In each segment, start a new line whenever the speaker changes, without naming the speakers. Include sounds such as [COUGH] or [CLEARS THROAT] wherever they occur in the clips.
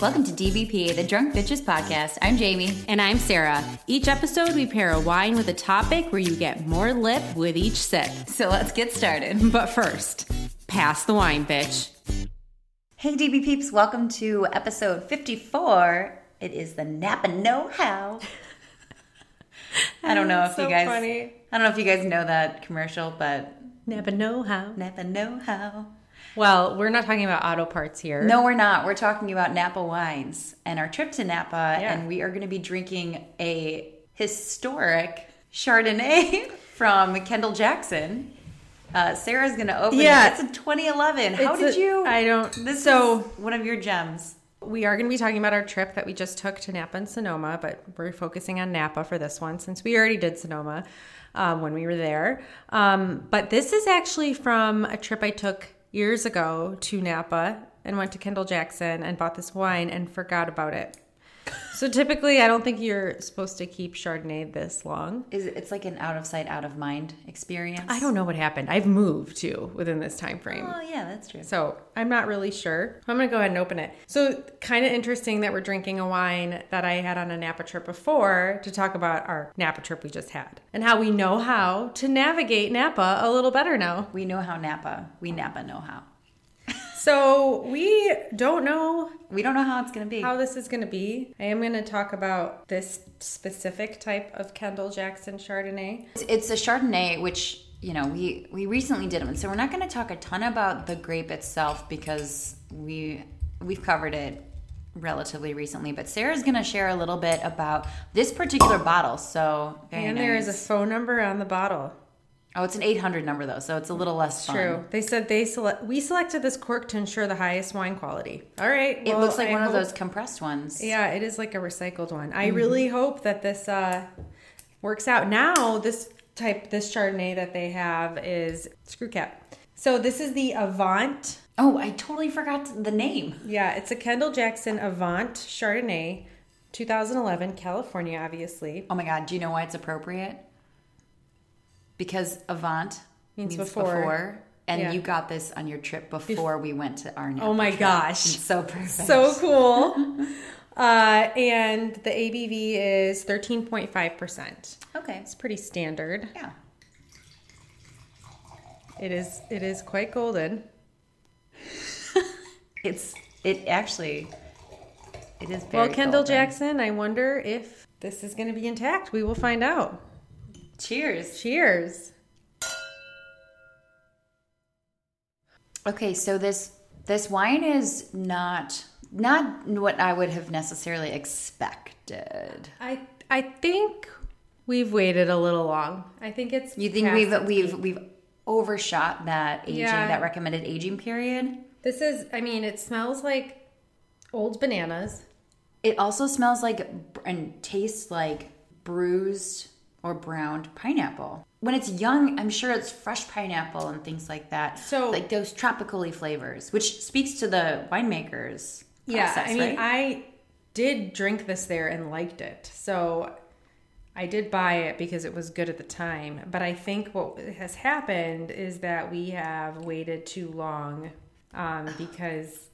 Welcome to DBP, the Drunk Bitches Podcast. I'm Jamie.
And I'm Sarah. Each episode, we pair a wine with a topic where you get more lip with each sip.
So let's get started. [LAUGHS]
But first, pass the wine, bitch.
Hey, DB peeps, welcome to episode 54. It is the Napa Know How. I don't [LAUGHS] know if
So
you guys.
funny.
I don't know if you guys know that commercial, but
Never know how.
Napa Know How.
Well, we're not talking about auto parts here.
No, we're not. We're talking about Napa wines and our trip to Napa,
Yeah.
and we are going to be drinking a historic Chardonnay [LAUGHS] from Kendall Jackson. Uh, Sarah's going to open
Yeah.
it. It's in 2011. How
It's
did
a-
you?
I don't.
This
so
is one of your gems.
we are going to be talking about our trip that we just took to Napa and Sonoma, but we're focusing on Napa for this one since we already did Sonoma um, when we were there. Um, but this is actually from a trip I took years ago to Napa and went to Kendall Jackson and bought this wine and forgot about it. So typically, I don't think you're supposed to keep Chardonnay this long.
Is it- it's like an out of sight, out of mind experience.
I don't know what happened. I've moved too within this time frame.
Oh yeah, that's true.
So I'm not really sure. I'm gonna go ahead and open it. So kind of interesting that we're drinking a wine that I had on a Napa trip before to talk about our Napa trip we just had and how we know how to navigate Napa a little better now.
We know how Napa. We Napa know how.
So we don't know
We don't know how it's gonna be.
how this is gonna be. I am gonna talk about this specific type of Kendall Jackson Chardonnay.
It's, it's a Chardonnay, which you know we we recently did one, so we're not gonna talk a ton about the grape itself because we we've covered it relatively recently. But Sarah's gonna share a little bit about this particular bottle. So very
And there is a
nice.
phone number on the bottle.
oh, it's an 800 number though, so it's a little less fun.
True. They said they select. We selected this cork to ensure the highest wine quality. All right.
It
well,
looks like
I
one of
hope-
those compressed ones.
Yeah, it is like a recycled one. I really hope that this uh, works out. Now, this type, this Chardonnay that they have is screw cap. So this is the Avant.
Oh, I totally forgot the name.
Yeah, it's a Kendall Jackson Avant Chardonnay, 2011, California, obviously.
Oh my god, do you know why it's appropriate? Because avant
Means before.
and
Yeah.
you got this on your trip before we went to our
Oh my gosh.
It's so perfect.
So cool. [LAUGHS] Uh, and the ABV is 13.5%.
okay.
It's pretty standard.
Yeah.
It is it is quite golden.
It's it actually it is very
Well, Kendall
golden.
Jackson, I wonder if this is going to be intact. We will find out.
Cheers.
Cheers.
Okay, so this this wine is not not what I would have necessarily expected.
I I think we've waited a little long. I think it's
You think
past-
we've we've we've overshot that aging
Yeah.
that recommended aging period?
This is I mean, it smells like old bananas.
It also smells like br- and tastes like bruised or browned pineapple. When it's young, I'm sure it's fresh pineapple and things like that.
So-
like those tropically flavors, which speaks to the winemakers.
yeah, I
process,
mean,
right?
I did drink this there and liked it. So I did buy it because it was good at the time, but I think what has happened is that we have waited too long
[SIGHS]
um, because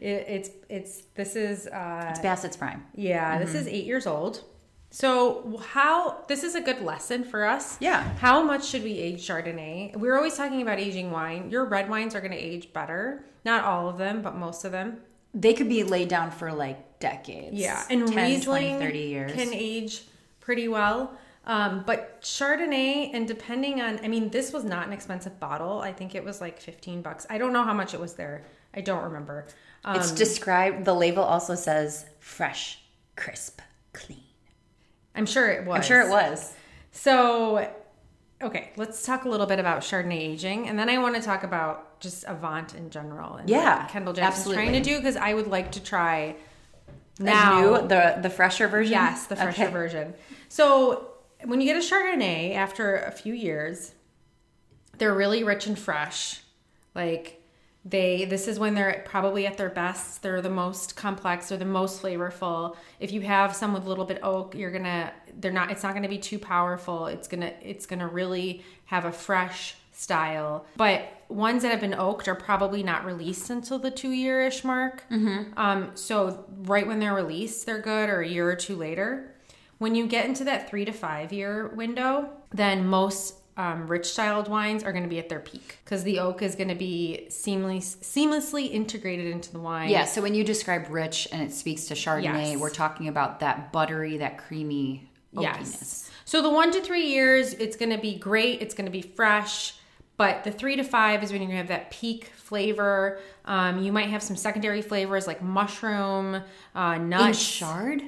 it, it's it's this is uh,
it's Bassett's Prime.
yeah, this
Mm-hmm.
is eight years old. So how this is a good lesson for us.
Yeah.
How much should we age Chardonnay? We're always talking about aging wine. Your red wines are going to age better. Not all of them, but most of them.
They could be laid down for like decades.
Yeah, and
10,
Riesling
20, 30 years.
can age pretty well. Um, but Chardonnay, and depending on, I mean, this was not an expensive bottle. I think it was like 15 bucks. I don't know how much it was there. I don't remember. Um,
it's described. The label also says fresh, crisp, clean.
I'm sure it was.
I'm sure it was.
So, okay, let's talk a little bit about Chardonnay aging, and then I want to talk about just Avant in general. And
Yeah,
what Kendall Jackson's
absolutely.
trying to do because I would like to try
The
now.
new- the the fresher version.
Yes, the fresher
Okay.
version. So when you get a Chardonnay after a few years, they're really rich and fresh. Like they this is when they're probably at their best. They're the most complex, they're the most flavorful. If you have some with a little bit oak, you're gonna they're not it's not gonna be too powerful. It's gonna it's gonna really have a fresh style. But ones that have been oaked are probably not released until the two year ish mark. Um, so right when they're released, they're good, or a year or two later. When you get into that three to five year window, then most um, rich styled wines are going to be at their peak because the oak is going to be seamlessly seamlessly integrated into the wine.
Yeah, so when you describe rich and it speaks to Chardonnay,
Yes.
we're talking about that buttery, that creamy oakiness.
Yes. So the one to three years, it's going to be great. It's going to be fresh. But the three to five is when you're going to have that peak flavor. Um, you might have some secondary flavors like mushroom, uh,
In
nuts.
Chard?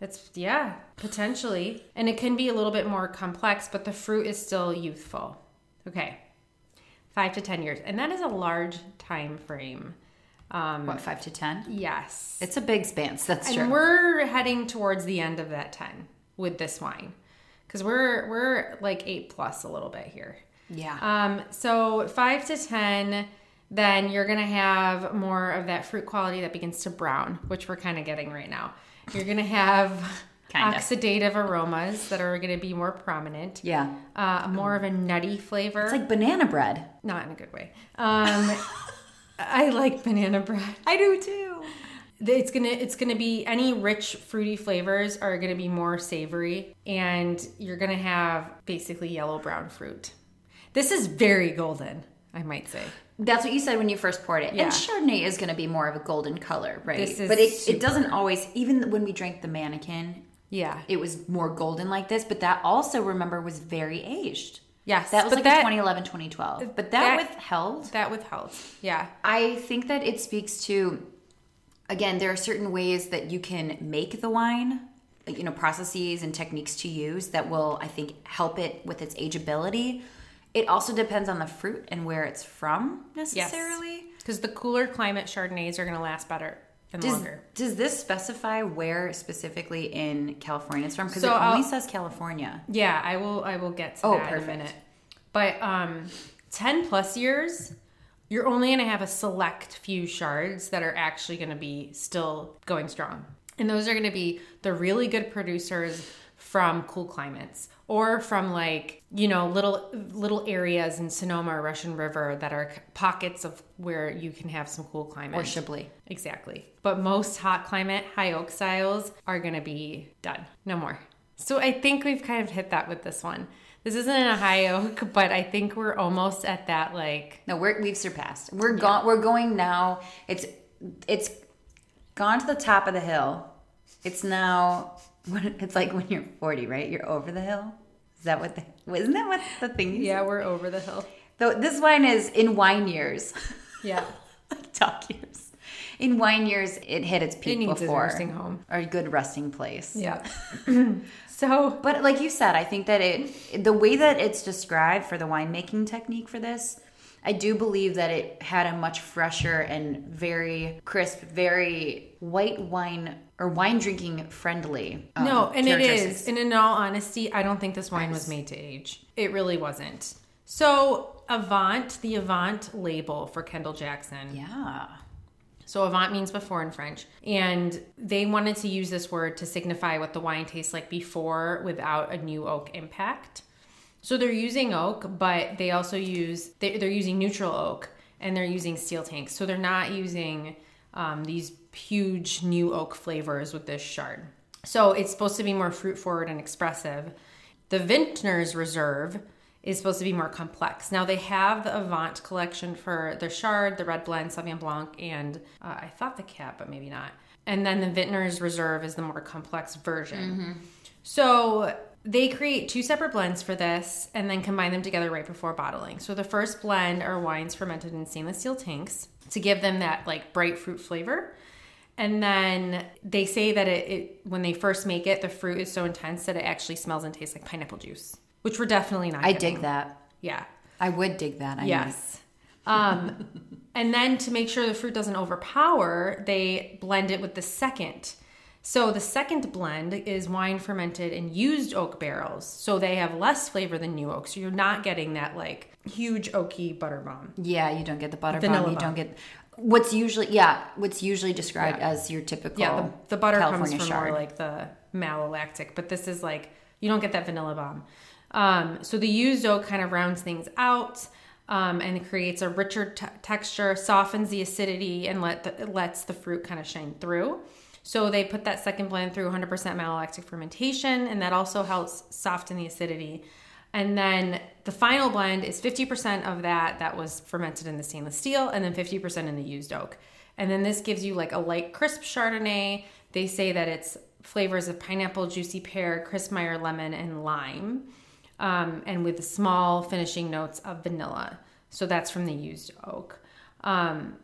That's yeah, potentially. And it can be a little bit more complex, but the fruit is still youthful. Okay. 5 to 10 years. And that is a large time frame.
what, 5 to 10?
Um, Yes.
It's a big span, so that's
And
true.
we're heading towards the end of that 10 with this wine. Cuz we're we're like 8 plus a little bit here.
Yeah.
Um, so five to ten, then you're gonna have more of that fruit quality that begins to brown, which we're kind of getting right now. You're gonna have
Kinda.
oxidative aromas that are gonna be more prominent.
yeah. Um,
Uh, more of a nutty flavor,
It's like banana bread.
not in a good way.
[LAUGHS]
Um, I like banana bread.
I do too.
It's gonna it's gonna be any rich fruity flavors are gonna be more savory, and you're gonna have basically yellow brown fruit. This is very golden, I might say.
That's what you said when you first poured it.
Yeah.
And Chardonnay is going to be more of a golden color, right?
This is
but it, it doesn't always, even when we drank the mannequin,
Yeah.
it was more golden like this, but that also, remember, was very aged.
Yes,
That was
but
like
that-
a 2011, 2012. But that,
that-
withheld.
That withheld. Yeah.
I think that it speaks to, again, there are certain ways that you can make the wine, like, you know, processes and techniques to use that will, I think, help it with its ageability. It also depends on the fruit and where it's from necessarily.
Because the cooler climate Chardonnays are going to last better and
Does,
longer.
does this specify where specifically in California it's from? Because
So uh,
it only
I'll-
says California.
Yeah, I will. I will get to
Oh,
that in a
perfect.
minute. But um, ten plus years, you're only going to have a select few shards that are actually going to be still going strong, and those are going to be the really good producers from cool climates or from like you know little little areas in Sonoma or Russian River that are pockets of where you can have some cool climate
Or Chablis.
Exactly. But most hot climate, high oak styles are going to be done. No more. So I think we've kind of hit that with this one. This isn't a high [LAUGHS] oak, but I think we're almost at that like
No, we're, we've surpassed. We're gone. We're going now. It's it's gone to the top of the hill. It's now. [LAUGHS] It's like when you're 40, right? You're over the hill. Is that what? The, isn't that what the thing? Is?
we're over the hill.
Though this wine is in wine years, [LAUGHS]
Yeah.
like dog years. In wine years, it hit its peak
It needs a
before.
nursing home.
or a good resting place.
Yeah. [CLEARS THROAT] so
But like you said, I think that it the way that it's described for the winemaking technique for this, I do believe that it had a much fresher and very crisp, very white wine or wine drinking friendly. um,
no, and it
characteristics.
is. And in all honesty, I don't think this wine was made to age. It really wasn't. So Avant, the Avant label for Kendall Jackson.
Yeah.
So avant means before in French. And they wanted to use this word to signify what the wine tastes like before without a new oak impact. So they're using oak, but they also use they- they're using neutral oak and they're using steel tanks. So they're not using um, these huge new oak flavors with this shard. So it's supposed to be more fruit forward and expressive. The Vintner's Reserve is supposed to be more complex. Now they have the Avant collection for the Chard, the Red Blend, Sauvignon Blanc, and uh, I thought the Cab, but maybe not. And then the Vintner's Reserve is the more complex version. So they create two separate blends for this and then combine them together right before bottling. So the first blend are wines fermented in stainless steel tanks to give them that like bright fruit flavor. And then they say that it, it when they first make it, the fruit is so intense that it actually smells and tastes like pineapple juice, which we're definitely not.
I
getting.
dig that.
Yeah.
I would dig that. I mean.
Yes. Um, and then to make sure the fruit doesn't overpower, they blend it with the second. So the second blend is wine fermented in used oak barrels. So they have less flavor than new oak. So you're not getting that like huge oaky butter bomb.
Yeah, you don't get the butter
Vanilla
bomb. You don't
bomb.
get what's usually yeah, what's usually described as your typical
Yeah, the, the butter
California
comes from
Chard.
more like the malolactic, but this is like you don't get that vanilla bomb. Um, so the used oak kind of rounds things out. um, and it creates a richer t- texture, softens the acidity, and let the, lets the fruit kind of shine through. So they put that second blend through 100% malolactic fermentation, and that also helps soften the acidity. And then the final blend is 50% of that that was fermented in the stainless steel, and then 50% in the used oak. And then this gives you like a light, crisp Chardonnay. They say that it's flavors of pineapple, juicy pear, crisp Meyer lemon, and lime, um, and with small finishing notes of vanilla. So that's from the used oak. Um,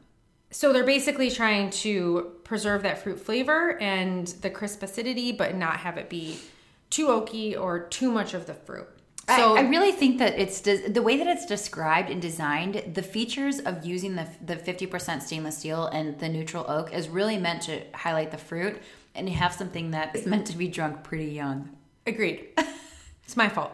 so they're basically trying to preserve that fruit flavor and the crisp acidity, but not have it be too oaky or too much of the fruit.
So I, I, really think that it's des- the way that it's described and designed. The features of using the the fifty percent stainless steel and the neutral oak is really meant to highlight the fruit and have something that is meant to be drunk pretty young. [LAUGHS]
Agreed. it's my fault.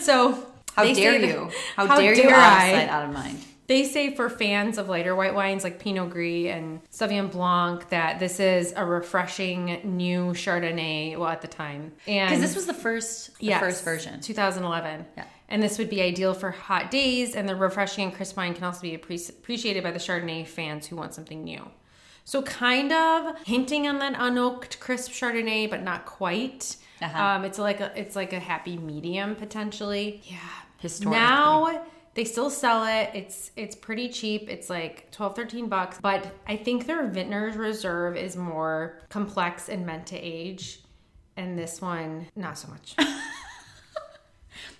So
how dare that,
[LAUGHS]
you? [LAUGHS] How, how dare, dare, you? Out of sight, out of mind.
They say for fans of lighter white wines like Pinot Gris and Sauvignon Blanc that this is a refreshing new Chardonnay. Well, at the time, and
because this was the first, the
yes,
first version,
2011.
Yeah,
and this would be ideal for hot days. And the refreshing and crisp wine can also be appreciated by the Chardonnay fans who want something new. So, kind of hinting on that unoaked, crisp Chardonnay, but not quite. Uh-huh. Um, it's like a it's like a happy medium potentially. Yeah,
historically.
Now they still sell it it's it's pretty cheap it's like 12 13 bucks but i think their vintner's reserve is more complex and meant to age and this one not
[LAUGHS]
so much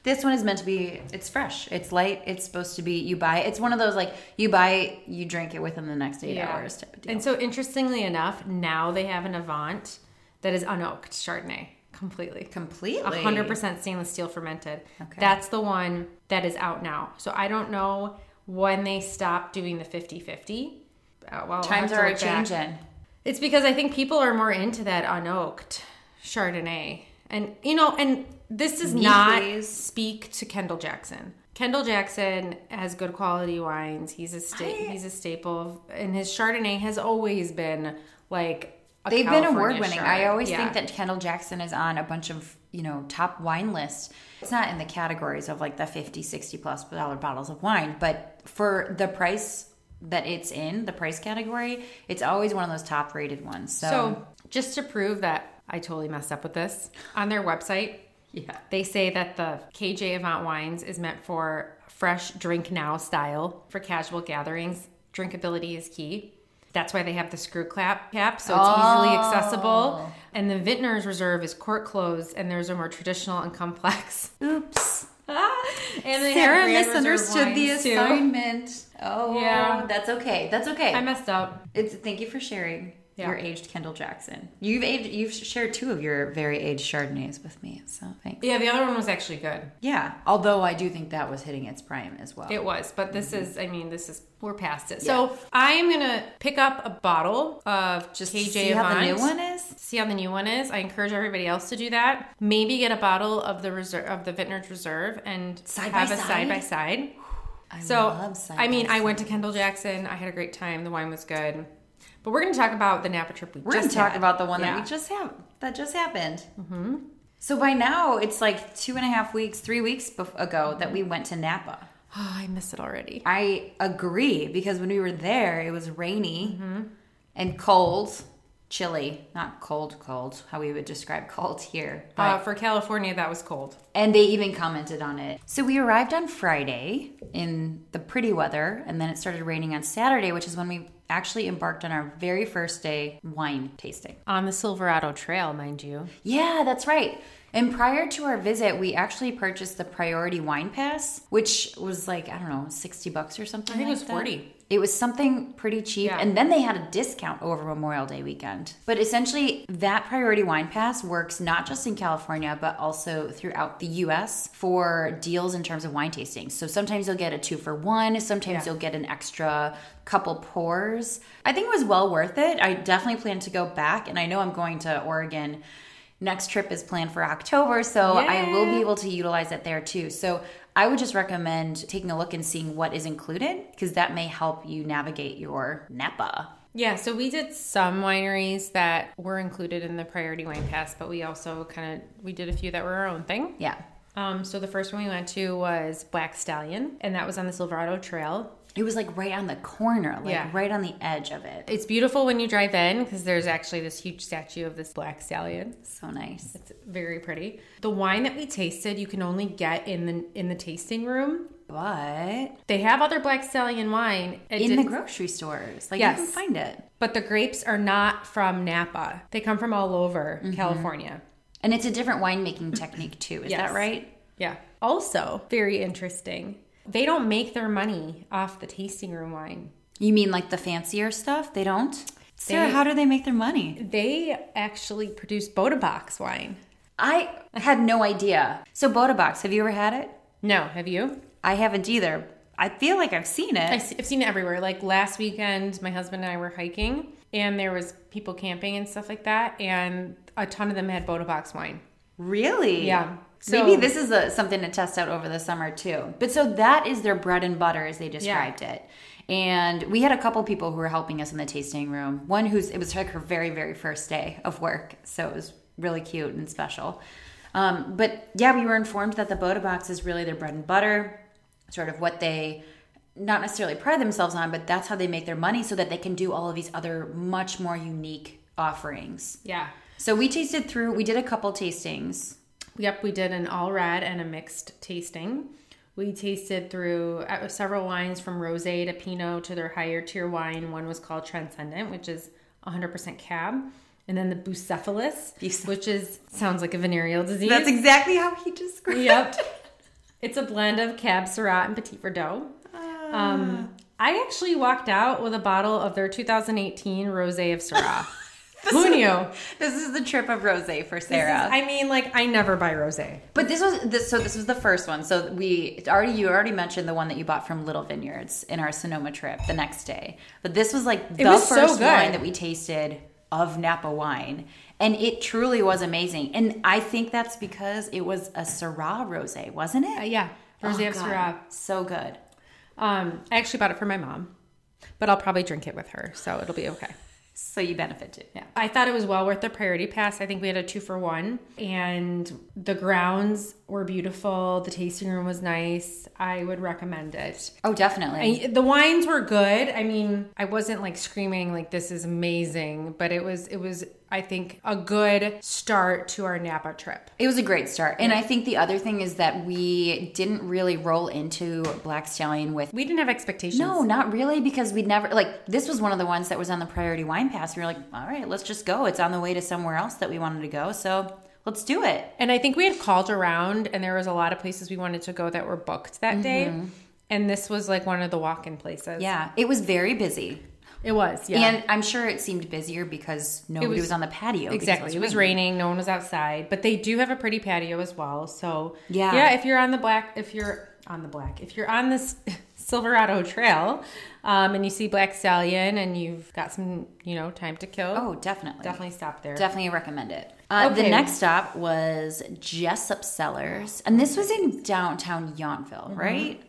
this one is meant to be it's fresh it's light it's supposed to be you buy it's one of those like you buy it, you drink it within the next eight yeah. hours type of deal
and so interestingly enough now they have an avant that is unoaked chardonnay completely
completely
100% stainless steel fermented okay. that's the one that is out now so i don't know when they stopped doing the 50-50
uh, well, times are changing back.
it's because i think people are more into that unoaked chardonnay and you know and this does Me not please. speak to kendall jackson Kendall Jackson has good quality wines. He's a sta- I... he's a staple, and his Chardonnay has always been like
They've California been award winning. I always yeah. think that Kendall Jackson is on a bunch of, you know, top wine lists. It's not in the categories of like the 50, 60 plus dollar bottles of wine, but for the price that it's in, the price category, it's always one of those top rated ones. So, so
just to prove that I totally messed up with this, on their website,
yeah.
They say that the KJ Avant Wines is meant for fresh drink now style for casual gatherings. Drinkability is key. That's why they have the screw clap cap, so it's oh. easily accessible. And the Vintner's Reserve is court closed, and there's a more traditional and complex. [LAUGHS]
Oops.
and
the Sarah misunderstood the assignment. Too. Oh, yeah. That's okay. That's okay.
I messed up.
It's thank you for sharing yeah. your aged Kendall Jackson. You've aged, you've shared two of your very aged Chardonnays with me, so thanks.
Yeah, the other one was actually good.
Yeah, although I do think that was hitting its prime as well.
It was, but this mm-hmm. is, I mean, this is we're past it. Yeah. So I am gonna pick up a bottle of just KJ
see
Avant,
how the new one is.
See how the new one is. I encourage everybody else to do that. Maybe get a bottle of the reserve of the Vintner's Reserve and
side
have
by
a
side?
side by side.
I
so I mean,
side.
I went to Kendall Jackson. I had a great time. The wine was good. But we're going to talk about the Napa trip we
we're
going
to talk about the one yeah. that we just have that just happened. Mm-hmm. So by now it's like two and a half weeks, three weeks bef- ago that we went to Napa.
[SIGHS] Oh, I miss it already.
I agree because when we were there, it was rainy mm-hmm. and cold, chilly. Not cold, cold. How we would describe cold here.
Uh, for California, that was cold.
And they even commented on it. So we arrived on Friday in the pretty weather, and then it started raining on Saturday, which is when we actually embarked on our very first day wine tasting
on the Silverado Trail, mind you.
Yeah, that's right. And prior to our visit, we actually purchased the Priority Wine Pass, which was like, I don't know, 60 bucks or something.
I think
like
it was 40. That.
It was something pretty cheap. Yeah. And then they had a discount over Memorial Day weekend. But essentially, that Priority Wine Pass works not just in California, but also throughout the US for deals in terms of wine tasting. So sometimes you'll get a two for one, sometimes yeah. you'll get an extra couple pours. I think it was well worth it. I definitely plan to go back, and I know I'm going to Oregon next trip is planned for October, so Yay. I will be able to utilize it there too. So I would just recommend taking a look and seeing what is included because that may help you navigate your Napa.
Yeah, so we did some wineries that were included in the priority wine pass, but we also kind of we did a few that were our own thing.
Yeah.
Um, so the first one we went to was Black Stallion, and that was on the Silverado Trail.
It was like right on the corner, like
Yeah.
right on the edge of it.
It's beautiful when you drive in because there's actually this huge statue of this black stallion.
So nice.
It's very pretty. The wine that we tasted, you can only get in the in the tasting room.
But
They have other black stallion wine, It
in
did-
the grocery stores, like
Yes.
you can find it.
but the grapes are not from Napa. They come from all over
Mm-hmm.
California.
And it's a different winemaking technique too. Is
Yes.
that right?
Yeah. Also, very interesting. They don't make their money off the tasting room wine.
You mean like the fancier stuff? They don't? Sarah,
They-
how do they make their money?
They actually produce Boda Box wine.
I had no idea. So Boda Box, have you ever had it?
No, have you?
I haven't either. I feel like I've seen
[LAUGHS] I
it.
see- I've seen it everywhere. Like last weekend, my husband and I were hiking, and there was people camping and stuff like that, and a ton of them had Boda Box wine.
Really?
Yeah. So-
Maybe this is a, something to test out over the summer too. But so that is their bread and butter as they described it. And we had a couple people who were helping us in the tasting room. One who's it was like her very very first day of work, so it was really cute and special. Um, but yeah, we were informed that the Boda Box is really their bread and butter, sort of what they not necessarily pride themselves on, but that's how they make their money, so that they can do all of these other much more unique offerings.
Yeah.
So we tasted through. We did a couple tastings.
Yep, we did an all red and a mixed tasting. We tasted through uh, several wines from rose to pinot to their higher tier wine. One was called Transcendent, which is 100% cab. And then the Bucephalus,
Bucephalus.
which is sounds like a venereal disease.
That's exactly how he described.
Yep. [LAUGHS] It's a blend of Cab Syrah and Petit Verdot. Um, I actually walked out with a bottle of their 2018 Rosé of [LAUGHS] Syrah. Who knew?
This is the trip of rosé for
This is-
Sarah.
I mean, like, I never buy rosé.
but this was this. So this was the first one. So we already you already mentioned the one that you bought from Little Vineyards in our Sonoma trip the next day. But this was like the
was so
first
good.
wine that we tasted of Napa wine, and it truly was amazing. And I think that's because it was a Syrah rosé, wasn't it?
Uh, yeah, Rosé
Oh,
of
God,
Syrah.
so good.
Um, I actually bought it for my mom, but I'll probably drink it with her, so it'll be okay.
So you benefit too.
Yeah. I thought it was well worth the priority pass. I think we had a two for one, and the grounds were beautiful. The tasting room was nice. I would recommend it.
Oh, definitely.
I- the wines were good. I mean, I wasn't like screaming like this is amazing, but it was it was I think a good start to our Napa trip.
It was a great start. And I think the other thing is that we didn't really roll into Black Stallion with.
We didn't have expectations.
No, not really, because we'd never, like, this was one of the ones that was on the priority wine pass. We were like, all right, let's just go. It's on the way to somewhere else that we wanted to go. So let's do it.
And I think we had called around and there was a lot of places we wanted to go that were booked that day. And this was like one of the walk-in places.
Mm-hmm. Yeah. It was very busy.
It was. Yeah.
And I'm sure it seemed busier because nobody was,
was-
on the patio. because
Exactly. It was raining. No one was outside, but they do have a pretty patio as well. So
Yeah.
yeah. If you're on the black, if you're on the black, if you're on this [LAUGHS] Silverado Trail, um, and you see Black Stallion, and you've got some, you know, time to kill,
Oh, definitely.
definitely stop there.
Definitely recommend it. Uh, The
Okay.
next stop was Jessup Cellars, and this was in downtown Yountville,
Mm-hmm.
right?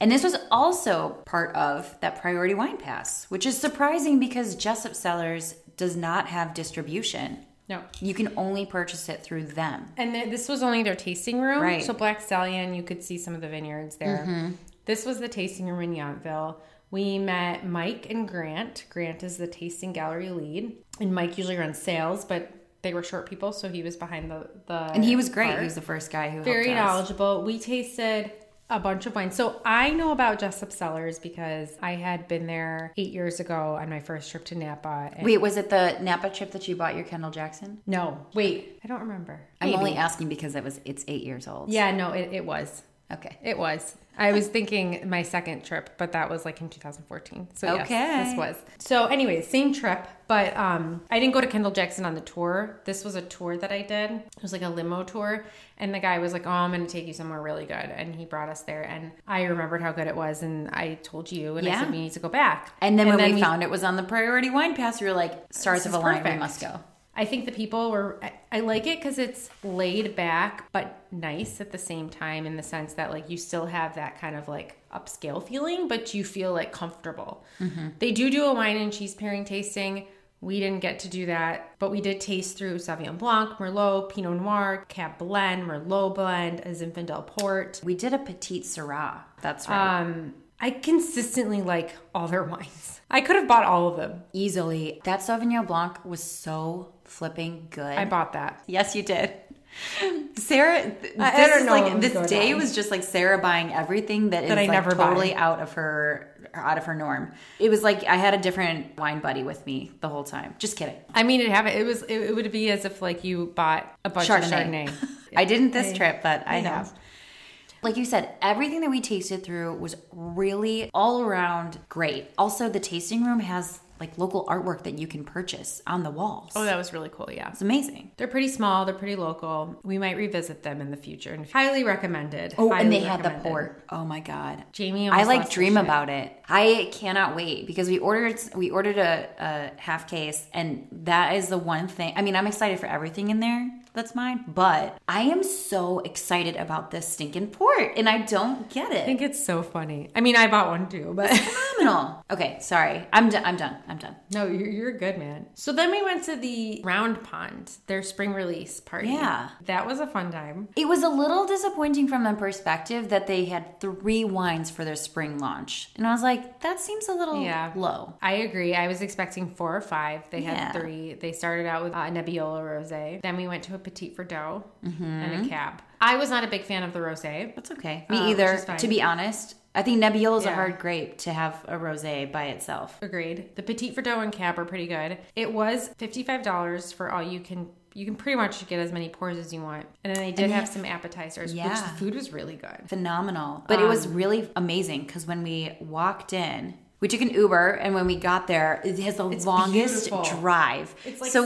And this was also part of that priority wine pass, which is surprising because Jessup Cellars does not have distribution.
no.
You can only purchase it through them.
And th- this was only their tasting room,
Right. Mm-hmm.
So Black Stallion, you could see some of the vineyards there. This was the tasting room in Yountville. We met Mike and Grant. Grant is the tasting gallery lead, and Mike usually runs sales, but they were short people, so he was behind the the.
And he was great.
bar.
He was the first guy who
very
helped us.
knowledgeable. We tasted a bunch of wines. So I know about Jessup Cellars because I had been there eight years ago on my first trip to Napa. And
Wait, was it the Napa trip that you bought your Kendall Jackson?
no, wait, I don't remember.
I'm
Maybe.
only asking because it was it's eight years old.
yeah, no, it, it was.
Okay.
It was. I was thinking my second trip, but that was like in 2014. So
Okay.
yes, this was. So anyway, same trip, but um, I didn't go to Kendall Jackson on the tour. This was a tour that I did. It was like a limo tour, and the guy was like, "Oh, I'm going to take you somewhere really good," and he brought us there. And I remembered how good it was, and I told you, and I
Yeah.
said we need to go back.
And then when we, found it was on the priority wine pass, we were like, stars
This
of
is
a line, we
perfect.
must go.
I think the people were. I, I like it because it's laid back but nice at the same time, in the sense that like you still have that kind of like upscale feeling, but you feel like comfortable. They do do a wine and cheese pairing tasting, We didn't get to do that, but we did taste through Sauvignon Blanc, Merlot, Pinot Noir, Cab Blend, Merlot Blend, a Zinfandel Port.
We did a petite Syrah. That's right.
Um, I consistently like all their [LAUGHS] wines. I could have bought all of them.
Easily. That Sauvignon Blanc was so flipping good.
I bought that.
[LAUGHS] Yes, you did. Sarah, th- this
I don't
is
know what
like
was
this
going
day
on.
was just like Sarah buying everything that is
That I
like
never buy.
totally out of her out of her norm. It was like I had a different wine buddy with me the whole time. Just kidding.
I mean, it happened. It was. It, it would be as if like you bought a bunch of [LAUGHS] Chardonnay.
[LAUGHS] I didn't this trip, but I
I know.
have. Like you said, everything that we tasted through was really all around great. Also, the tasting room has like local artwork that you can purchase on the walls.
Oh, that was really cool. Yeah.
It's amazing.
They're pretty small. They're pretty local. We might revisit them in the future. And highly recommended.
Oh, and
Highly
they had the
recommended.
port. Oh my god.
Jamie,
I
almost
like
lost her
dream
shit.
about it. I cannot wait because we ordered we ordered a, a half case, and that is the one thing. I mean, I'm excited for everything in there that's mine, but I am so excited about this stinking port, and I don't get
I
it.
think it's so funny. I mean, I bought one too,
[LAUGHS]
but
Phenomenal. Okay, sorry. I'm done. I'm done. I'm done.
no, you're, you're good, man. So then we went to the Round Pond, their spring release party.
Yeah.
That was a fun time.
It was a little disappointing from the perspective that they had three wines for their spring launch, and I was like, that seems a little
Yeah.
low.
I agree. I was expecting four or five. They
Yeah.
had three. They started out with uh, a Nebbiolo Rosé. Then we went to a Petit Verdot
Mm-hmm.
and a Cab. I was not a big fan of the Rosé.
That's okay. Me
Um,
either.
which is fine.
To be honest, I think Nebbiolo is a
Yeah.
hard grape to have a rosé by itself.
Agreed. The Petit Verdot and Cab are pretty good. It was fifty-five dollars for all you can. You can pretty much get as many pours as you want. And then they did
they
have
have-
some appetizers, which
Yeah.
the food was really good.
Phenomenal. But it was
Um,
really amazing because when we walked in, we took an Uber, and when we got there, it has the longest
beautiful.
drive.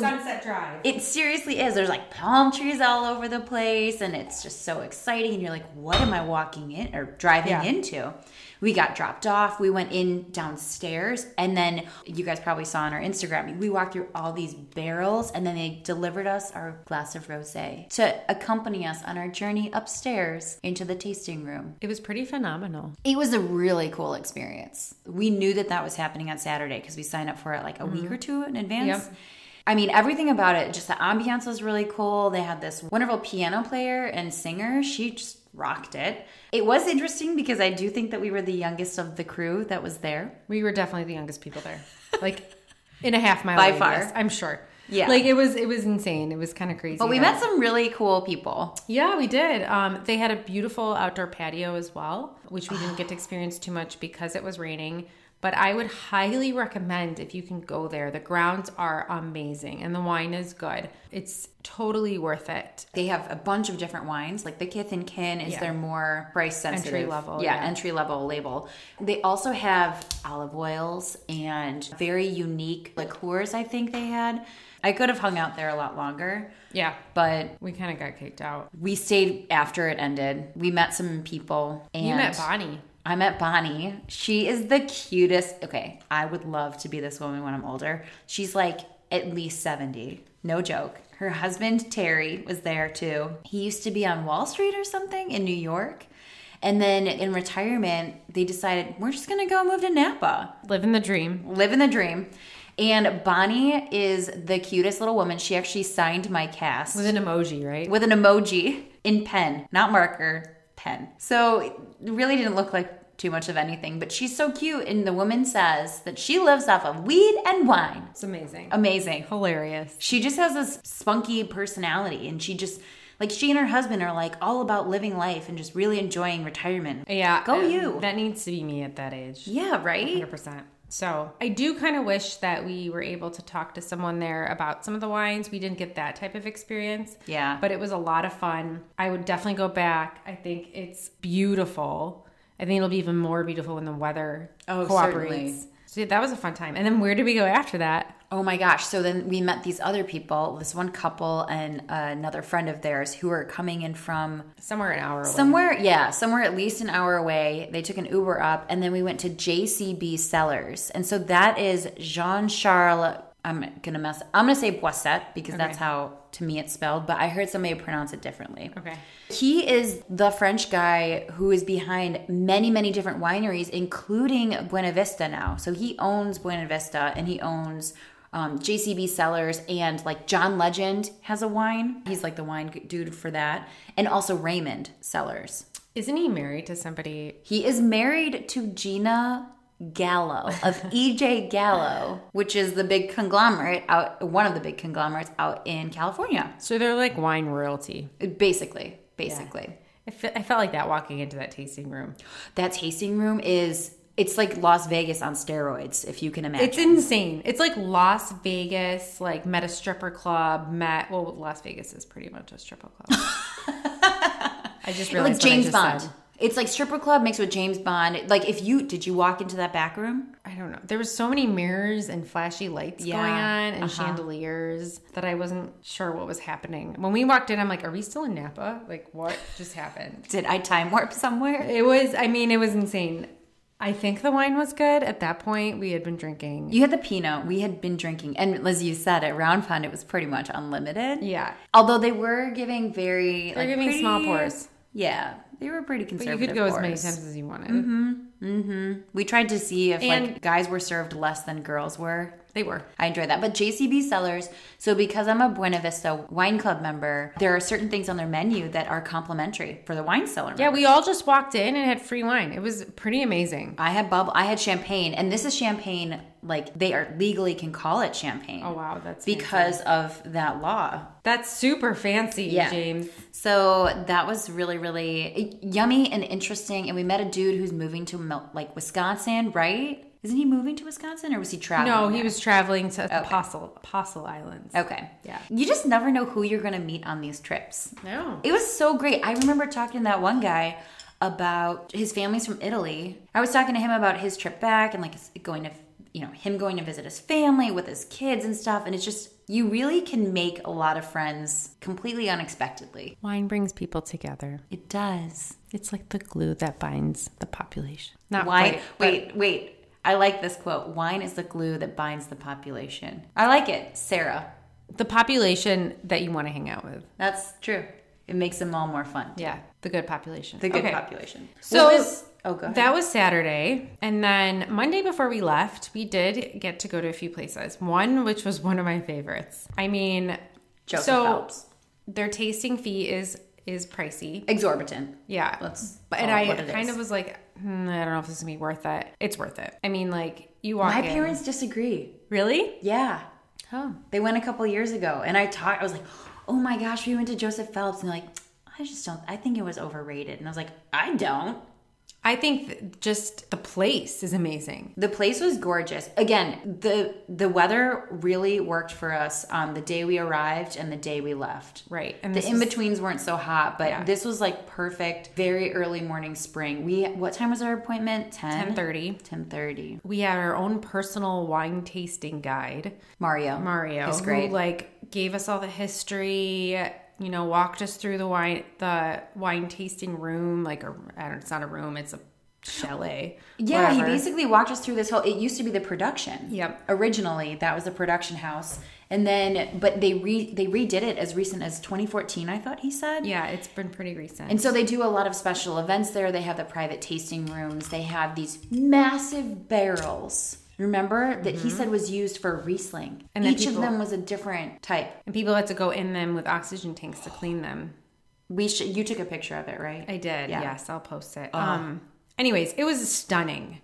Drive.
It seriously is. There's like palm trees all over the place, and it's just so exciting. And you're like, what am I walking in or driving
Yeah.
into? We got dropped off. We went in downstairs, and then you guys probably saw on our Instagram, we walked through all these barrels, and then they delivered us our glass of rose to accompany us on our journey upstairs into the tasting room.
it was pretty phenomenal.
It was a really cool experience. We knew that that was happening on Saturday because we signed up for it like a week or two in advance.
Yep.
I mean, everything about it, just the ambiance was really cool. They had this wonderful piano player and singer. She just rocked it. It was interesting because I do think that we were the youngest of the crew that was there.
We were definitely the youngest people there. Like in a half mile
By
radius,
far.
I'm sure.
Yeah.
Like it was it was insane. It was kind of crazy.
But we
how-
met some really cool people.
Yeah, we did. Um, they had a beautiful outdoor patio as well, which we didn't get to experience too much because it was raining. But I would highly recommend if you can go there. The grounds are amazing and the wine is good. It's totally worth it.
They have a bunch of different wines. Like the Kith and Kin is
Yeah.
their more price sensitive
Entry level,
Yeah,
yeah.
entry level label. They also have olive oils and very unique liqueurs. I think they had. I could have hung out there a lot longer,
Yeah.
but
We kind of got kicked out.
we stayed after it ended. We met some people. And
you met Bonnie.
I met Bonnie. She is the cutest. Okay, I would love to be this woman when I'm older. She's like at least 70. No joke. Her husband, Terry, was there too. He used to be on Wall Street or something in New York. And then in retirement, they decided we're just gonna go move to Napa,
Living the dream.
living the dream. And Bonnie is the cutest little woman. She actually signed my cast
With an emoji, right?
with an emoji in pen, not marker, pen. So it really didn't look like too much of anything, but she's so cute. And the woman says that she lives off of weed and wine.
It's amazing.
Amazing.
Hilarious.
She just has this spunky personality, and she just like she and her husband are like all about living life and just really enjoying retirement.
Yeah.
Go
um,
you.
That needs to be me at that age.
Yeah, right.
100%. So I do kind of wish that we were able to talk to someone there about some of the wines. We didn't get that type of experience.
Yeah.
But it was a lot of fun. I would definitely go back. I think it's beautiful. I think it'll be even more beautiful when the weather
Oh,
cooperates.
certainly.
So yeah, that was a fun time. And then where did we go after that?
Oh my gosh. So then we met these other people, this one couple and another friend of theirs who are coming in from
Somewhere an hour away.
Somewhere, yeah, somewhere at least an hour away. They took an Uber up, and then we went to JCB Cellars, and so that is Jean Charles. I'm gonna mess. I'm gonna say Boisset because that's how to me it's spelled, but I heard somebody pronounce it differently.
okay.
He is the French guy who is behind many, many different wineries, including Buena Vista now. So he owns Buena Vista and he owns um, JCB Sellers and like John Legend has a wine. He's like the wine dude for that. And also Raymond Sellers.
Isn't he married to somebody?
He is married to Gina Gallo of [LAUGHS] EJ Gallo, which is the big conglomerate out, one of the big conglomerates out in California.
So they're like wine royalty.
Basically, basically.
I, fe- I felt like that walking into that tasting room.
That tasting room is, it's like Las Vegas on steroids, if you can imagine.
It's insane. It's like Las Vegas, like met a stripper club, met well, Las Vegas is pretty much a
[LAUGHS]
stripper club. I just realized
like
what I
James
just
Bond.
said.
It's like stripper club mixed with James Bond. Like if you did you walk into that back room?
I don't know. There was so many mirrors and flashy lights
Yeah. uh-huh.
going on and chandeliers that I wasn't sure what was happening. When we walked in, I'm like, "Are we still in Napa? Like, what just happened?"
Did I time warp [LAUGHS] somewhere?
It was. I mean, it was insane. I think the wine was good. At that point, we had been drinking.
You had the Pinot. We had been drinking, and as you said, at Round Pond it was pretty much unlimited.
yeah,
Although they were giving very,
They're
like,
giving
pretty-
small pours.
Yeah, they were pretty
but you
conservative.
could go as many
pours. Mm-hmm.
times as you wanted.
We tried to see if
And-
like guys were served less than girls were.
They were.
I enjoy that. But JCB Sellers, so because I'm a Buena Vista Wine Club member, there are certain things on their menu that are complimentary for the wine cellar.
Yeah, we all just walked in and had free wine. It was pretty amazing.
I had bubble. I had champagne, and this is champagne. Like they are legally can call it champagne
Oh wow, that's fancy.
because of that law.
that's super fancy,
Yeah.
James.
So that was really, really eh, yummy and interesting. And we met a dude who's moving to Mil- like Wisconsin, right? Isn't he moving to Wisconsin, or was he traveling?
No, he
there?
was traveling to Apostle Apostle Islands.
Okay.
Yeah.
You just never know who you're going to meet on these trips.
No.
It was so great. I remember talking to that one guy about his family's from Italy. I was talking to him about his trip back and like his- going to, you know, him going to visit his family with his kids and stuff. And it's just, you really can make a lot of friends completely unexpectedly.
Wine brings people together.
It does.
It's like the glue that binds the population. Not
Wine.
quite, but
Wait, wait. I like this quote. Wine is the glue that binds the population. I like it, Sarah.
the population that you want to hang out with.
That's true. It makes them all more fun.
Yeah, the good population.
The good
Okay.
population.
So-
What was- oh, go ahead.
That was Saturday. And then Monday before we left, we did get to go to a few places. One, which was one of my favorites. I mean,
Joseph
so
Phelps.
their tasting fee is is pricey.
Exorbitant.
Yeah.
Let's
But- and
call it
I
what it
kind
is.
of was like, hmm, I don't know if this is gonna be worth it. It's worth it. I mean, like you walk
My
in-
parents disagree.
really?
Yeah.
Oh,
They went a couple years ago and I talked I was like, "Oh my gosh, we went to Joseph Phelps." And they're like, "I just don't I think it was overrated." And I was like, "I don't."
I think th- just the place is amazing.
The place was gorgeous. Again, the the weather really worked for us on the day we arrived and the day we left.
Right. And
The
this
in
was-
betweens weren't so hot, but
Yeah.
this was like perfect, very early morning spring. We what time was our appointment? 10
10:30.
10:30.
We had our own personal wine tasting guide.
Mario.
Mario,
It's great.
who like gave us all the history. You know, walked us through the wine, the wine tasting room. Like, a, I don't. It's not a room. It's a chalet.
Yeah,
whatever.
he basically walked us through this whole. It used to be the production.
Yep.
Originally, that was the production house, and then but they re they redid it as recent as 2014. I thought he said.
Yeah, it's been pretty recent.
And so they do a lot of special events there. They have the private tasting rooms. They have these massive barrels. Remember that he said was used for Riesling.
Mm-hmm.
And
And that
each
people-
of them was a different type.
and people had to go in them with oxygen tanks to clean them.
We should. You took a picture of it, right?
I did.
Yeah.
Yes, I'll post it. Um. Anyways, it was stunning,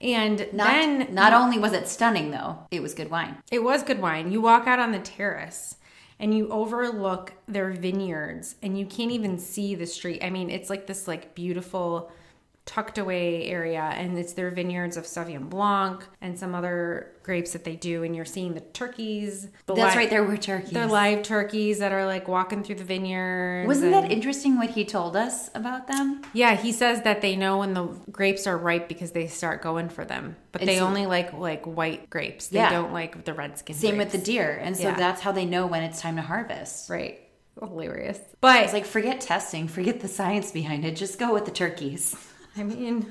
and
Not,
then
not only was it stunning though, it was good wine.
It was good wine. You walk out on the terrace and you overlook their vineyards and you can't even see the street. I mean, it's like this like beautiful tucked away area and it's their vineyards of Sauvignon Blanc and some other grapes that they do and you're seeing the turkeys. The
That's
li-
right. There were turkeys.
The live turkeys that are like walking through the vineyards.
Wasn't
and-
that interesting what he told us about them?
Yeah, he says that they know when the grapes are ripe because they start going for them. But they
It's-
only like like white grapes. They
Yeah.
don't like the red skin
Same
grapes.
with the deer. And so
Yeah.
that's how they know when it's time to harvest.
Right. Hilarious.
It's
But
like, forget testing, [LAUGHS] forget the science behind it, just go with the turkeys.
[LAUGHS] I mean,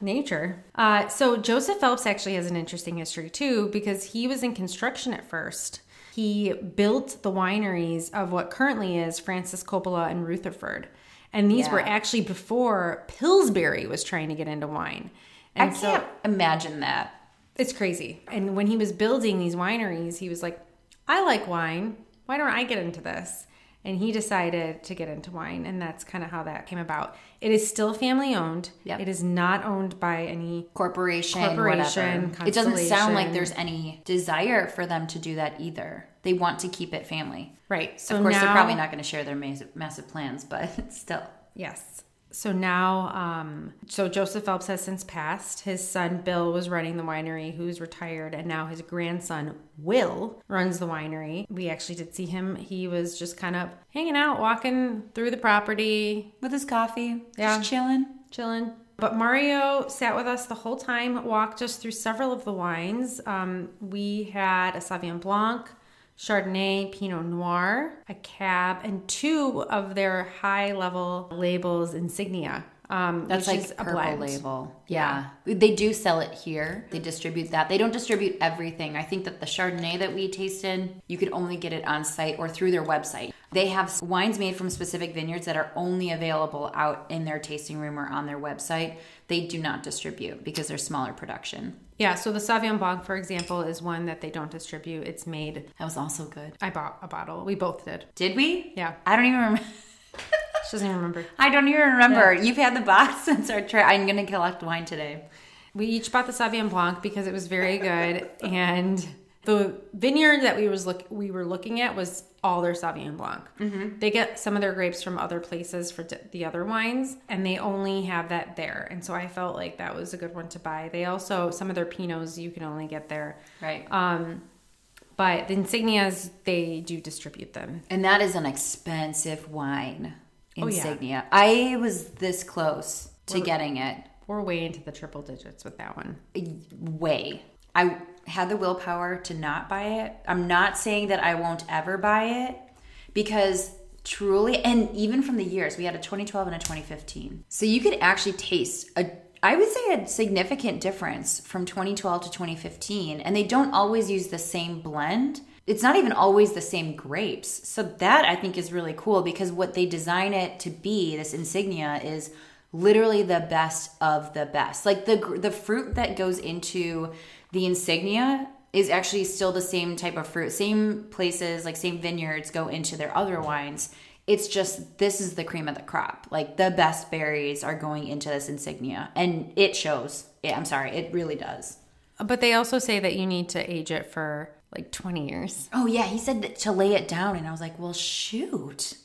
nature. Uh, so Joseph Phelps actually has an interesting history too because he was in construction at first. He built the wineries of what currently is Francis Coppola and Rutherford. And these
Yeah.
were actually before Pillsbury was trying to get into wine.
I
And
can't imagine that.
It's crazy. And when he was building these wineries, he was like, I like wine. Why don't I get into this? And he decided to get into wine. And that's kind of how that came about. It is still family owned.
Yep.
It is not owned by any.
corporation,
Corporation,
whatever. It doesn't sound like
constellation.
there's any desire for them to do that either. They want to keep it family.
Right. So
of course, they're
now-
probably not going to share their mas- massive plans, but [LAUGHS] still.
Yes. So now, um, so Joseph Phelps has since passed. His son Bill was running the winery, who's retired, and now his grandson Will runs the winery. We actually did see him. He was just kind of hanging out, walking through the property,
With his coffee,
Yeah.
just chilling.
chilling. But Mario sat with us the whole time, walked us through several of the wines. Um, we had a Sauvignon Blanc, Chardonnay, Pinot Noir, a Cab, and two of their high level labels insignia. Um,
That's
which
like
is
a purple
blend.
label. Yeah. They do sell it here. They distribute that. They don't distribute everything. I think that the Chardonnay that we tasted, you could only get it on site or through their website. They have s- wines made from specific vineyards that are only available out in their tasting room or on their website. They do not distribute because they're smaller production.
Yeah, so the Sauvignon Blanc, for example, is one that they don't distribute. It's made.
That was also good.
I bought a bottle. We both did.
Did we?
Yeah.
I don't even remember.
She doesn't even remember.
[LAUGHS] I don't even remember. You've had the box [LAUGHS] since our trip. I'm going to collect wine today.
We each bought the Sauvignon Blanc because it was very good, and the vineyard that we was look we were looking at was all their Sauvignon Blanc. Mm-hmm. They get some of their grapes from other places for d- the other wines, and they only have that there. And so I felt like that was a good one to buy. They also some of their Pinots you can only get there,
Right.
but the insignias they do distribute them.
And that is an expensive wine
Oh, yeah.
insignia. I was this close to getting it.
We're way into the triple digits with that one.
Way. I had the willpower to not buy it. I'm not saying that I won't ever buy it because truly, and even from the years, we had a 2012 and a 2015. So you could actually taste a I would say a significant difference from 2012 to 2015, and they don't always use the same blend. It's not even always the same grapes. So that I think is really cool because what they design it to be, this insignia is literally the best of the best. Like the gr- the fruit that goes into the insignia is actually still the same type of fruit. Same places, like same vineyards go into their other wines. It's just this is the cream of the crop. Like the best berries are going into this insignia and it shows. Yeah, I'm sorry, it really does.
But they also say that you need to age it for like 20 years.
Oh yeah, he said that to lay it down, and I was like, well, shoot.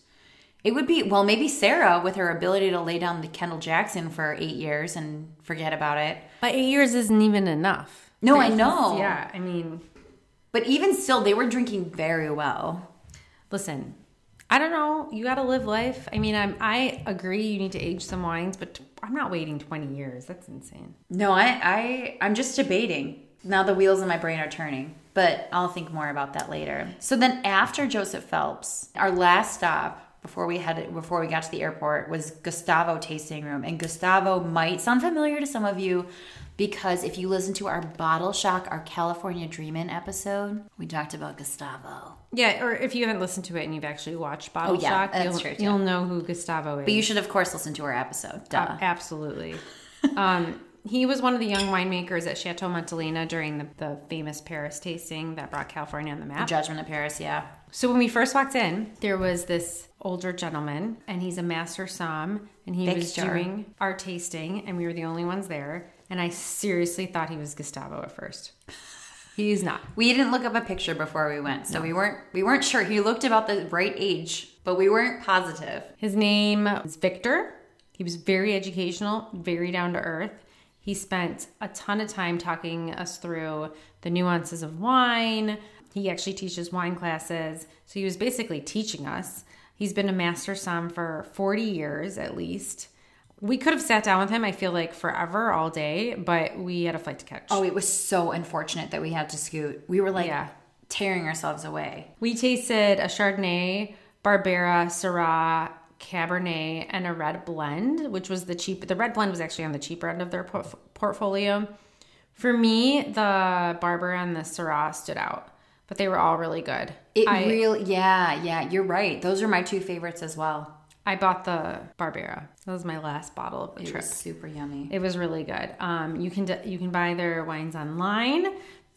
It would be well, maybe Sarah with her ability to lay down the Kendall Jackson for eight years and forget about it.
But 8 years isn't even enough.
No, I
Because-
know.
Yeah, I mean,
But even still, they were drinking very well.
listen. I don't know. You got to live life. I mean, I'm I agree you need to age some wines, but t- I'm not waiting 20 years. That's insane.
No, I, I, I'm just debating. Now the wheels in my brain are turning, but I'll think more about that later. So then, after Joseph Phelps, our last stop before we headed before we got to the airport was Gustavo Tasting Room, and Gustavo might sound familiar to some of you because if you listen to our Bottle Shock, our California Dreamin' episode, we talked about Gustavo.
Yeah, or if you haven't listened to it and you've actually watched Bottle
Oh, yeah,
Shock,
that's
you'll,
true, too.
you'll know who Gustavo is.
But you should, of course, listen to our episode. Duh.
Absolutely. [LAUGHS] um, he was one of the young winemakers at Chateau Montelina during the, the famous Paris tasting that brought California on the map.
Judgment of Paris, yeah.
So when we first walked in, there was this older gentleman, and he's a master som, and he
Big
was
jar.
doing our tasting, and we were the only ones there. And I seriously thought he was Gustavo at first. He's not.
We didn't look up a picture before we went, so we weren't we weren't sure. He looked about the right age, but we weren't positive.
His name is Victor. He was very educational, very down to earth. He spent a ton of time talking us through the nuances of wine. He actually teaches wine classes. So he was basically teaching us. He's been a master som for 40 years at least. We could have sat down with him, I feel like forever, all day, but we had a flight to catch.
Oh, it was so unfortunate that we had to scoot. We were like
Yeah.
tearing ourselves away.
We tasted a Chardonnay, Barbera, Syrah, Cabernet, and a red blend, which was the cheap. The red blend was actually on the cheaper end of their porf- portfolio. For me, the Barbera and the Syrah stood out, but they were all really good.
It
I,
really, yeah, yeah, you're right. Those are my two favorites as well.
I bought the Barbera. That was my last bottle of the
It
trip.
was super yummy.
It was really good. Um, you can de- you can buy their wines online.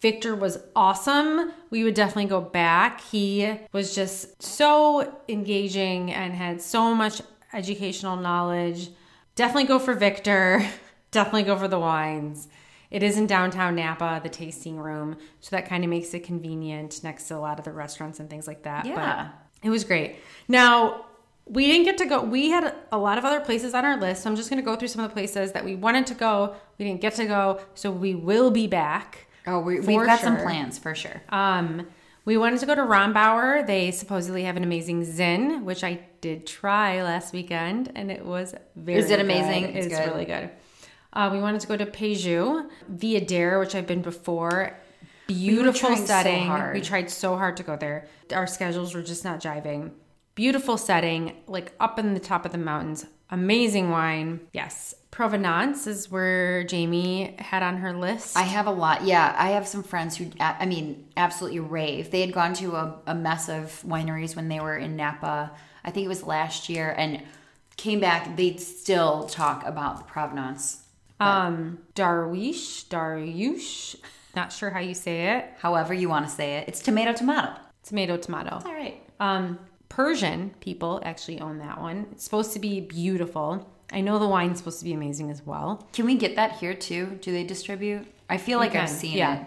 Victor was awesome. We would definitely go back. He was just so engaging and had so much educational knowledge. Definitely go for Victor. [LAUGHS] definitely go for the wines. It is in downtown Napa, the tasting room, so that kind of makes it convenient next to a lot of the restaurants and things like that. But
Yeah.
it was great. Now, we didn't get to go. We had a lot of other places on our list. So I'm just going to go through some of the places that we wanted to go. We didn't get to go. So we will be back.
Oh, we,
For
we've got some
sure.
plans for sure.
Um, we wanted to go to Rombauer. They supposedly have an amazing zin, which I did try last weekend, and it was very.
Is it amazing?
good.
It's
It's,
good.
really good. Uh, we wanted to go to Pejou, Viadere, which I've been before. Beautiful
trying so
setting.
hard.
we tried so hard to go there. Our schedules were just not jiving. Beautiful setting, like up in the top of the mountains. Amazing wine. Yes. Provenance is where Jamie had on her list.
I have a lot. Yeah, I have some friends who, I mean, absolutely rave. They had gone to a, a mess of wineries when they were in Napa. I think it was last year, and came back. They still talk about the provenance.
Um, Darwish, Daryush. Not sure how you say it.
However you want to say it, it's tomato tomato.
Tomato, tomato.
All right.
Um, Persian people actually own that one. It's supposed to be beautiful. I know the wine's supposed to be amazing as well.
Can we get that here too? Do they distribute? I feel like I've
Again,
seen it.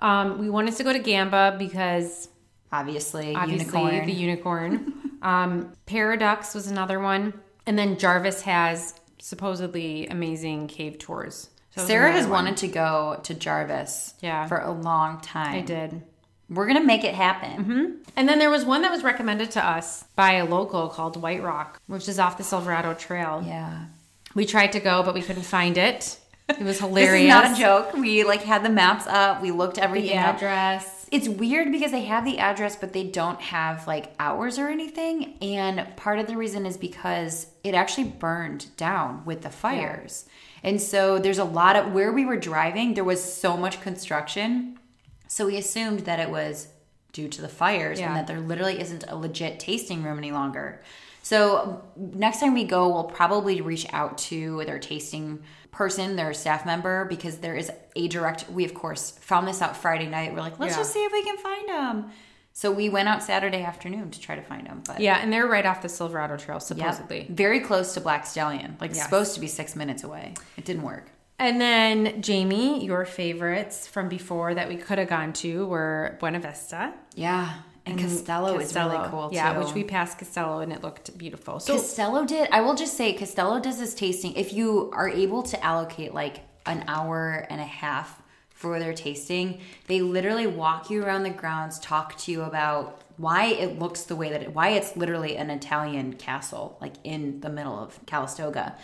Um, we wanted to go to Gamba because
Obviously,
obviously
unicorn. [LAUGHS]
the unicorn. um, Paradox was another one, and then Jarvis has supposedly amazing cave tours. So that was
Sarah
another
has
one.
wanted to go to Jarvis
Yeah.
for a long time.
I did. Mm-hmm.
We're going to make it happen.
And then there was one that was recommended to us by a local called White Rock, which is off the Silverado Trail.
Yeah.
We tried to go, but we couldn't find it. It
[LAUGHS]
was
This
hilarious.
is not a joke. We like had the maps up. We looked
The
everything up.
address.
It's weird because they have the address, but they don't have like hours or anything. And part of the reason is because it actually burned down with the fires. And so there's a lot of where we were driving, there was so much construction. So we assumed that it was due to the fires
Yeah.
and that there literally isn't a legit tasting room any longer. So next time we go, we'll probably reach out to their tasting person, their staff member, because there is a direct. We of course found this out Friday night. We're like, let's
Yeah.
just see if we can find them. So we went out Saturday afternoon to try to find them, but
Yeah, and they're right off the Silverado Trail,
yeah,
supposedly.
very close to Black Stallion, like
Yes.
supposed to be six minutes away. It didn't work.
And then, Jamie, your favorites from before that we could have gone to were Buena Vista.
Yeah, and, Costello, is really cool.
Yeah,
too.
which we passed Costello and it looked beautiful. So,
Costello did. I will just say Costello does this tasting. If you are able to allocate like an hour and a half for their tasting, they literally walk you around the grounds, talk to you about why it looks the way that it why it's literally an Italian castle like in the middle of Calistoga.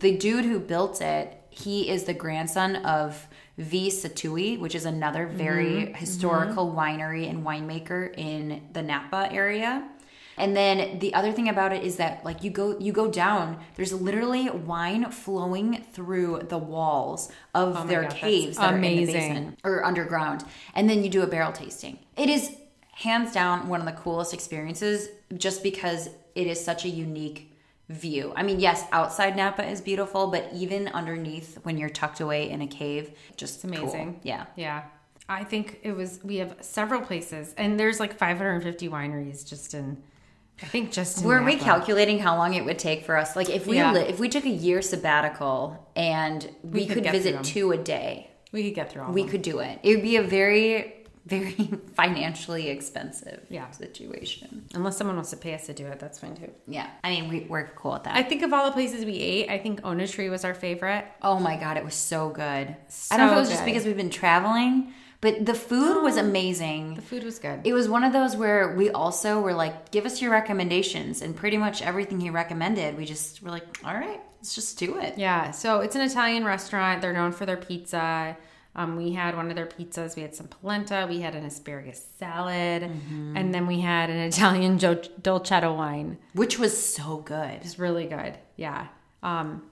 The dude who built it, he is the grandson of V. Satui, which is another very historical winery and winemaker in the Napa area. And then the other thing about it is that like you go you go down, there's literally wine flowing through the walls of
Oh my
their
God, that's
caves that
amazing.
are in the basement or underground. And then you do a barrel tasting. It is hands down one of the coolest experiences just because it is such a unique view. I mean, yes, outside Napa is beautiful, but even underneath when you're tucked away in a cave, just
It's amazing.
cool. Yeah.
yeah. I think it was, we have several places, and there's like 550 wineries just in, I think just in
Were we
Napa.
calculating how long it would take for us? Like if we
Yeah.
li- if we took a year sabbatical and we,
We could
could,
get through
visit
'em.
two a day,
We could get through all
we
of them.
could do it. It would be a very very [LAUGHS] financially expensive
Yeah.
situation.
Unless someone wants to pay us to do it, that's fine too.
Yeah, I mean we, we're cool at that.
I think of all the places we ate, I think Ona Tree was our favorite.
oh my god, it was so good. I don't know if
So
it was just
good.
because we've been traveling, but the food was amazing.
The food was good.
It was one of those where we also were like, give us your recommendations, and pretty much everything he recommended, we just were like, all right, let's just do it.
yeah, so it's an Italian restaurant. They're known for their pizza. Um, we had one of their pizzas. We had some polenta. We had an asparagus salad, and then we had an Italian jo- dolcetto wine.
which was so good.
It was really good. Yeah. Um,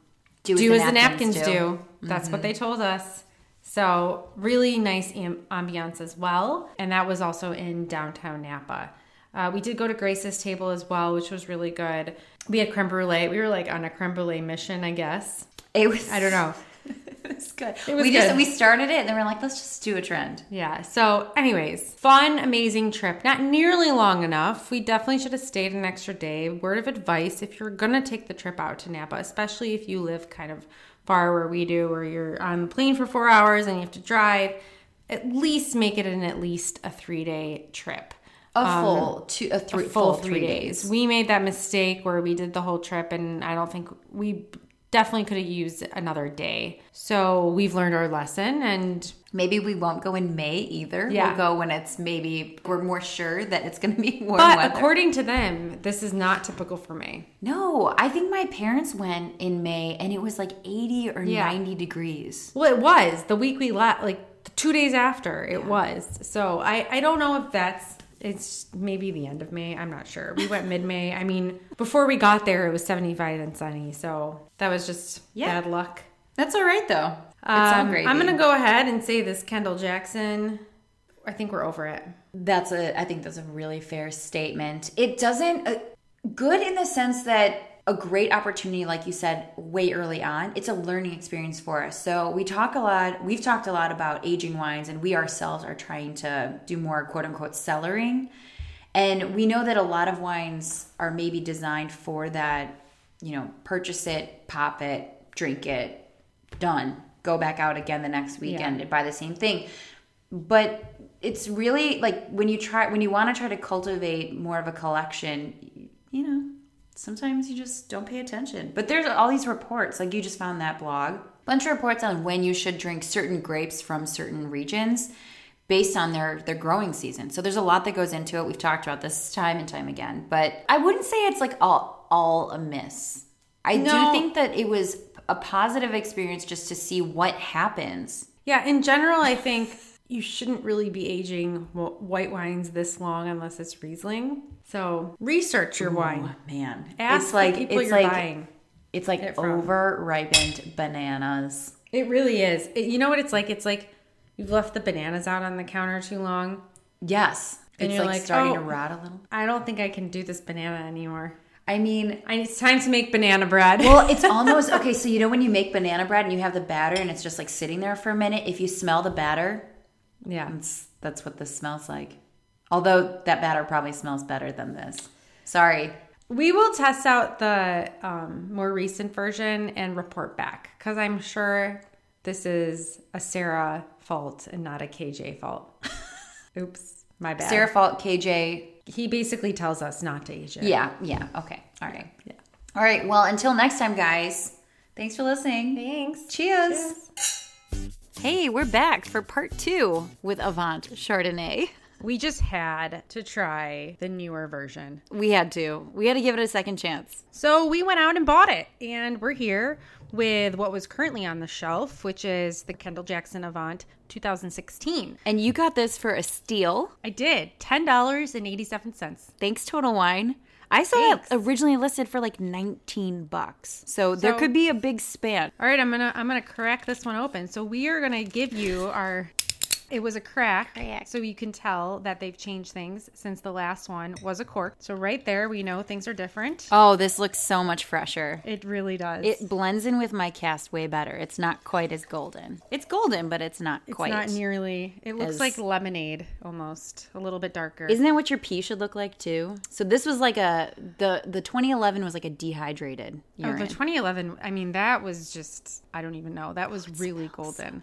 Do,
do as the napkins, do. Mm-hmm. That's what they told us. So really nice am- ambiance as well, and that was also in downtown Napa. Uh, we did go to Grace's table as well, which was really good. We had creme brulee. We were like on a creme brulee mission, I guess.
It was.
I don't know.
[LAUGHS] It was good.
was
we just
good.
we started it and then we're like, let's just do a trend.
Yeah. So, anyways, fun, amazing trip. Not nearly long enough. We definitely should have stayed an extra day. Word of advice if you're going to take the trip out to Napa, especially if you live kind of far where we do, where you're on the plane for four hours and you have to drive, at least make it an at least a three day trip.
A full two, a, three,
Um, full three days. We made that mistake where we did the whole trip, and I don't think we definitely could have used another day. So we've learned our lesson, and
Maybe we won't go in May either.
Yeah.
We'll go when it's maybe we're more sure that it's going to be [LAUGHS] warm
but
weather.
according to them, this is not typical for May.
no, I think my parents went in May and it was like 80 or
Yeah.
90 degrees.
Well, it was the week we left, like the two days after it was. So I, I don't know if that's it's maybe the end of May. I'm not sure. We went mid May. I mean, before we got there, it was 75 and sunny. So that was just
Yeah.
bad luck.
That's all right though. it's all
Um,
gravy.
I'm gonna go ahead and say this Kendall Jackson. I think we're over it.
That's a I think that's a really fair statement. It doesn't uh, good in the sense that a great opportunity like you said way early on. It's a learning experience for us. So we talk a lot, we've talked a lot about aging wines and we ourselves are trying to do more quote unquote cellaring. And we know that a lot of wines are maybe designed for that, you know, purchase it, pop it, drink it, done. Go back out again the next weekend and buy the same thing but it's really like when you try when you want to try to cultivate more of a collection you know sometimes you just don't pay attention but there's all these reports like you just found that blog bunch of reports on when you should drink certain grapes from certain regions based on their their growing season so there's a lot that goes into it we've talked about this time and time again but i wouldn't say it's like all all amiss i
No.
do think that it was a positive experience just to see what happens
Yeah, in general, I think you shouldn't really be aging wh- white wines this long unless it's Riesling. So research your wine.
man
Ask
it's like
the people
it's
you're
like
buying.
it's like
it from.
over ripened bananas
It really is. It- you know what it's like? It's like you've left the bananas out on the counter too long.
yes
And
it's
you're
like,
like,
starting to
oh.
rot a little
I don't think I can do this banana anymore.
i mean
I, it's time to make banana bread.
well it's almost okay so you know when you make banana bread and you have the batter and it's just like sitting there for a minute if you smell the batter
[LAUGHS] yeah.
it's, that's what this smells like although that batter probably smells better than this sorry
We will test out the um, more recent version and report back because I'm sure this is a Sarah fault and not a KJ fault. [LAUGHS] Oops, my bad.
sarah fault kj
he basically tells us not to age it.
yeah yeah okay all right yeah all right well until next time guys thanks for listening
Thanks.
Cheers. Hey, we're back for part two with Avant Chardonnay.
We just had to try the newer version.
We had to. We had to give it a second chance.
So we went out and bought it, and we're here with what was currently on the shelf, which is the Kendall Jackson Avant 2016.
And you got this for a steal.
I did $10.87.
Thanks, Total Wine. I saw
Thanks.
it originally listed for like 19 bucks. So, there
So-
could be a big span.
All right, I'm gonna I'm gonna crack this one open. So we are gonna give you our. It was a crack,
Crack.
so you can tell that they've changed things since the last one was a cork. So right there, we know things are different.
Oh, this looks so much fresher.
It really does.
It blends in with my cast way better. It's not quite as golden. It's golden, but it's not
it's
quite.
not nearly. It looks
as-
like lemonade almost, a little bit darker.
Isn't that what your pea should look like too? So this was like a the the 2011 was like a dehydrated
Oh,
urine.
the 2011. I mean, that was just. I don't even know. That was really golden.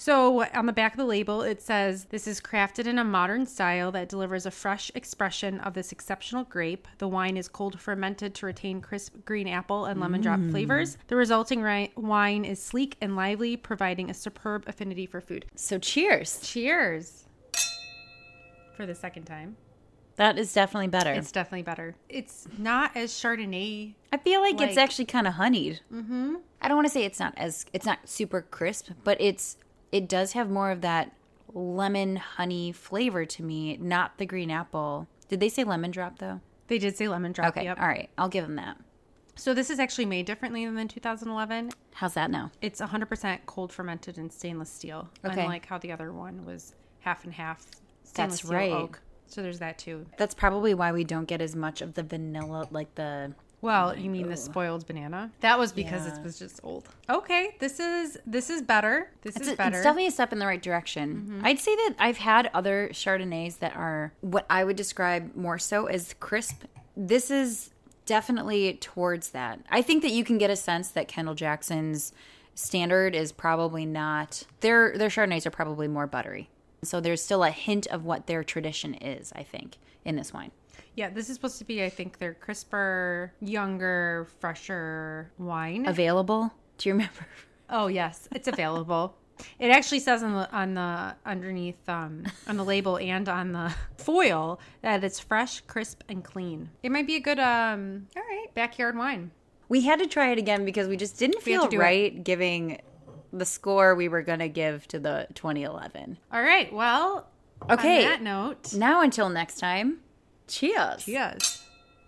So on the back of the label, it says, This is crafted in a modern style that delivers a fresh expression of this exceptional grape. The wine is cold fermented to retain crisp green apple and lemon drop flavors. The resulting ri- wine is sleek and lively, providing a superb affinity for food.
So cheers.
Cheers! For the second time.
That is definitely better.
It's definitely better. It's not as Chardonnay.
I feel like,
like-
it's actually kind of honeyed. Mm-hmm. I don't want to say it's not as it's not super crisp, but it's it does have more of that lemon honey flavor to me, not the green apple. Did they say lemon drop though?
They did say lemon drop.
Okay,
yep.
all right, I'll give them that.
So this is actually made differently than the 2011.
How's that now?
It's 100% cold fermented in stainless steel,
Okay.
unlike how the other one was half and half stainless
right.
steel oak. So there's that too.
That's probably why we don't get as much of the vanilla, like the.
Well, you mean the spoiled banana? That was because
Yeah.
it was just old. Okay, this is this is better. This
It's,
is
a- it's
better. Mm-hmm.
definitely a step in the right direction. I'd say that I've had other Chardonnays that are what I would describe more so as crisp. This is definitely towards that. I think that you can get a sense that Kendall Jackson's standard is probably not their their Chardonnays are probably more buttery. So there's still a hint of what their tradition is, I think, in this wine.
yeah, this is supposed to be. I think they're crisper, younger, fresher wine.
Available? Do you remember?
Oh yes, it's [LAUGHS] available. It actually says on the on the underneath um, on the label and on the [LAUGHS] foil that it's fresh, crisp, and clean. It might be a good um, all right backyard wine.
We had to try it again because we just didn't
We had
feel
to do it.
right giving the score we were going to give to the 2011.
All right. Well,
Okay.
On that note,
Now, until next time, cheers.
yes.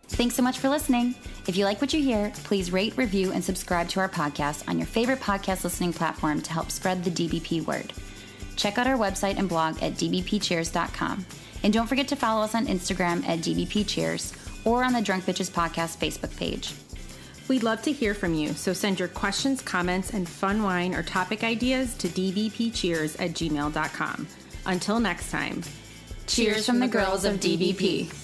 Thanks so much for listening. If you like what you hear, please rate, review, and subscribe to our podcast on your favorite podcast listening platform to help spread the DBP word. Check out our website and blog at dbpcheers.com. And don't forget to follow us on Instagram at dbpcheers or on the Drunk Bitches Podcast Facebook page.
We'd love to hear from you, so send your questions, comments, and fun wine or topic ideas to dvpcheers at gmail.com. Until next time,
Cheers from the girls of DBP.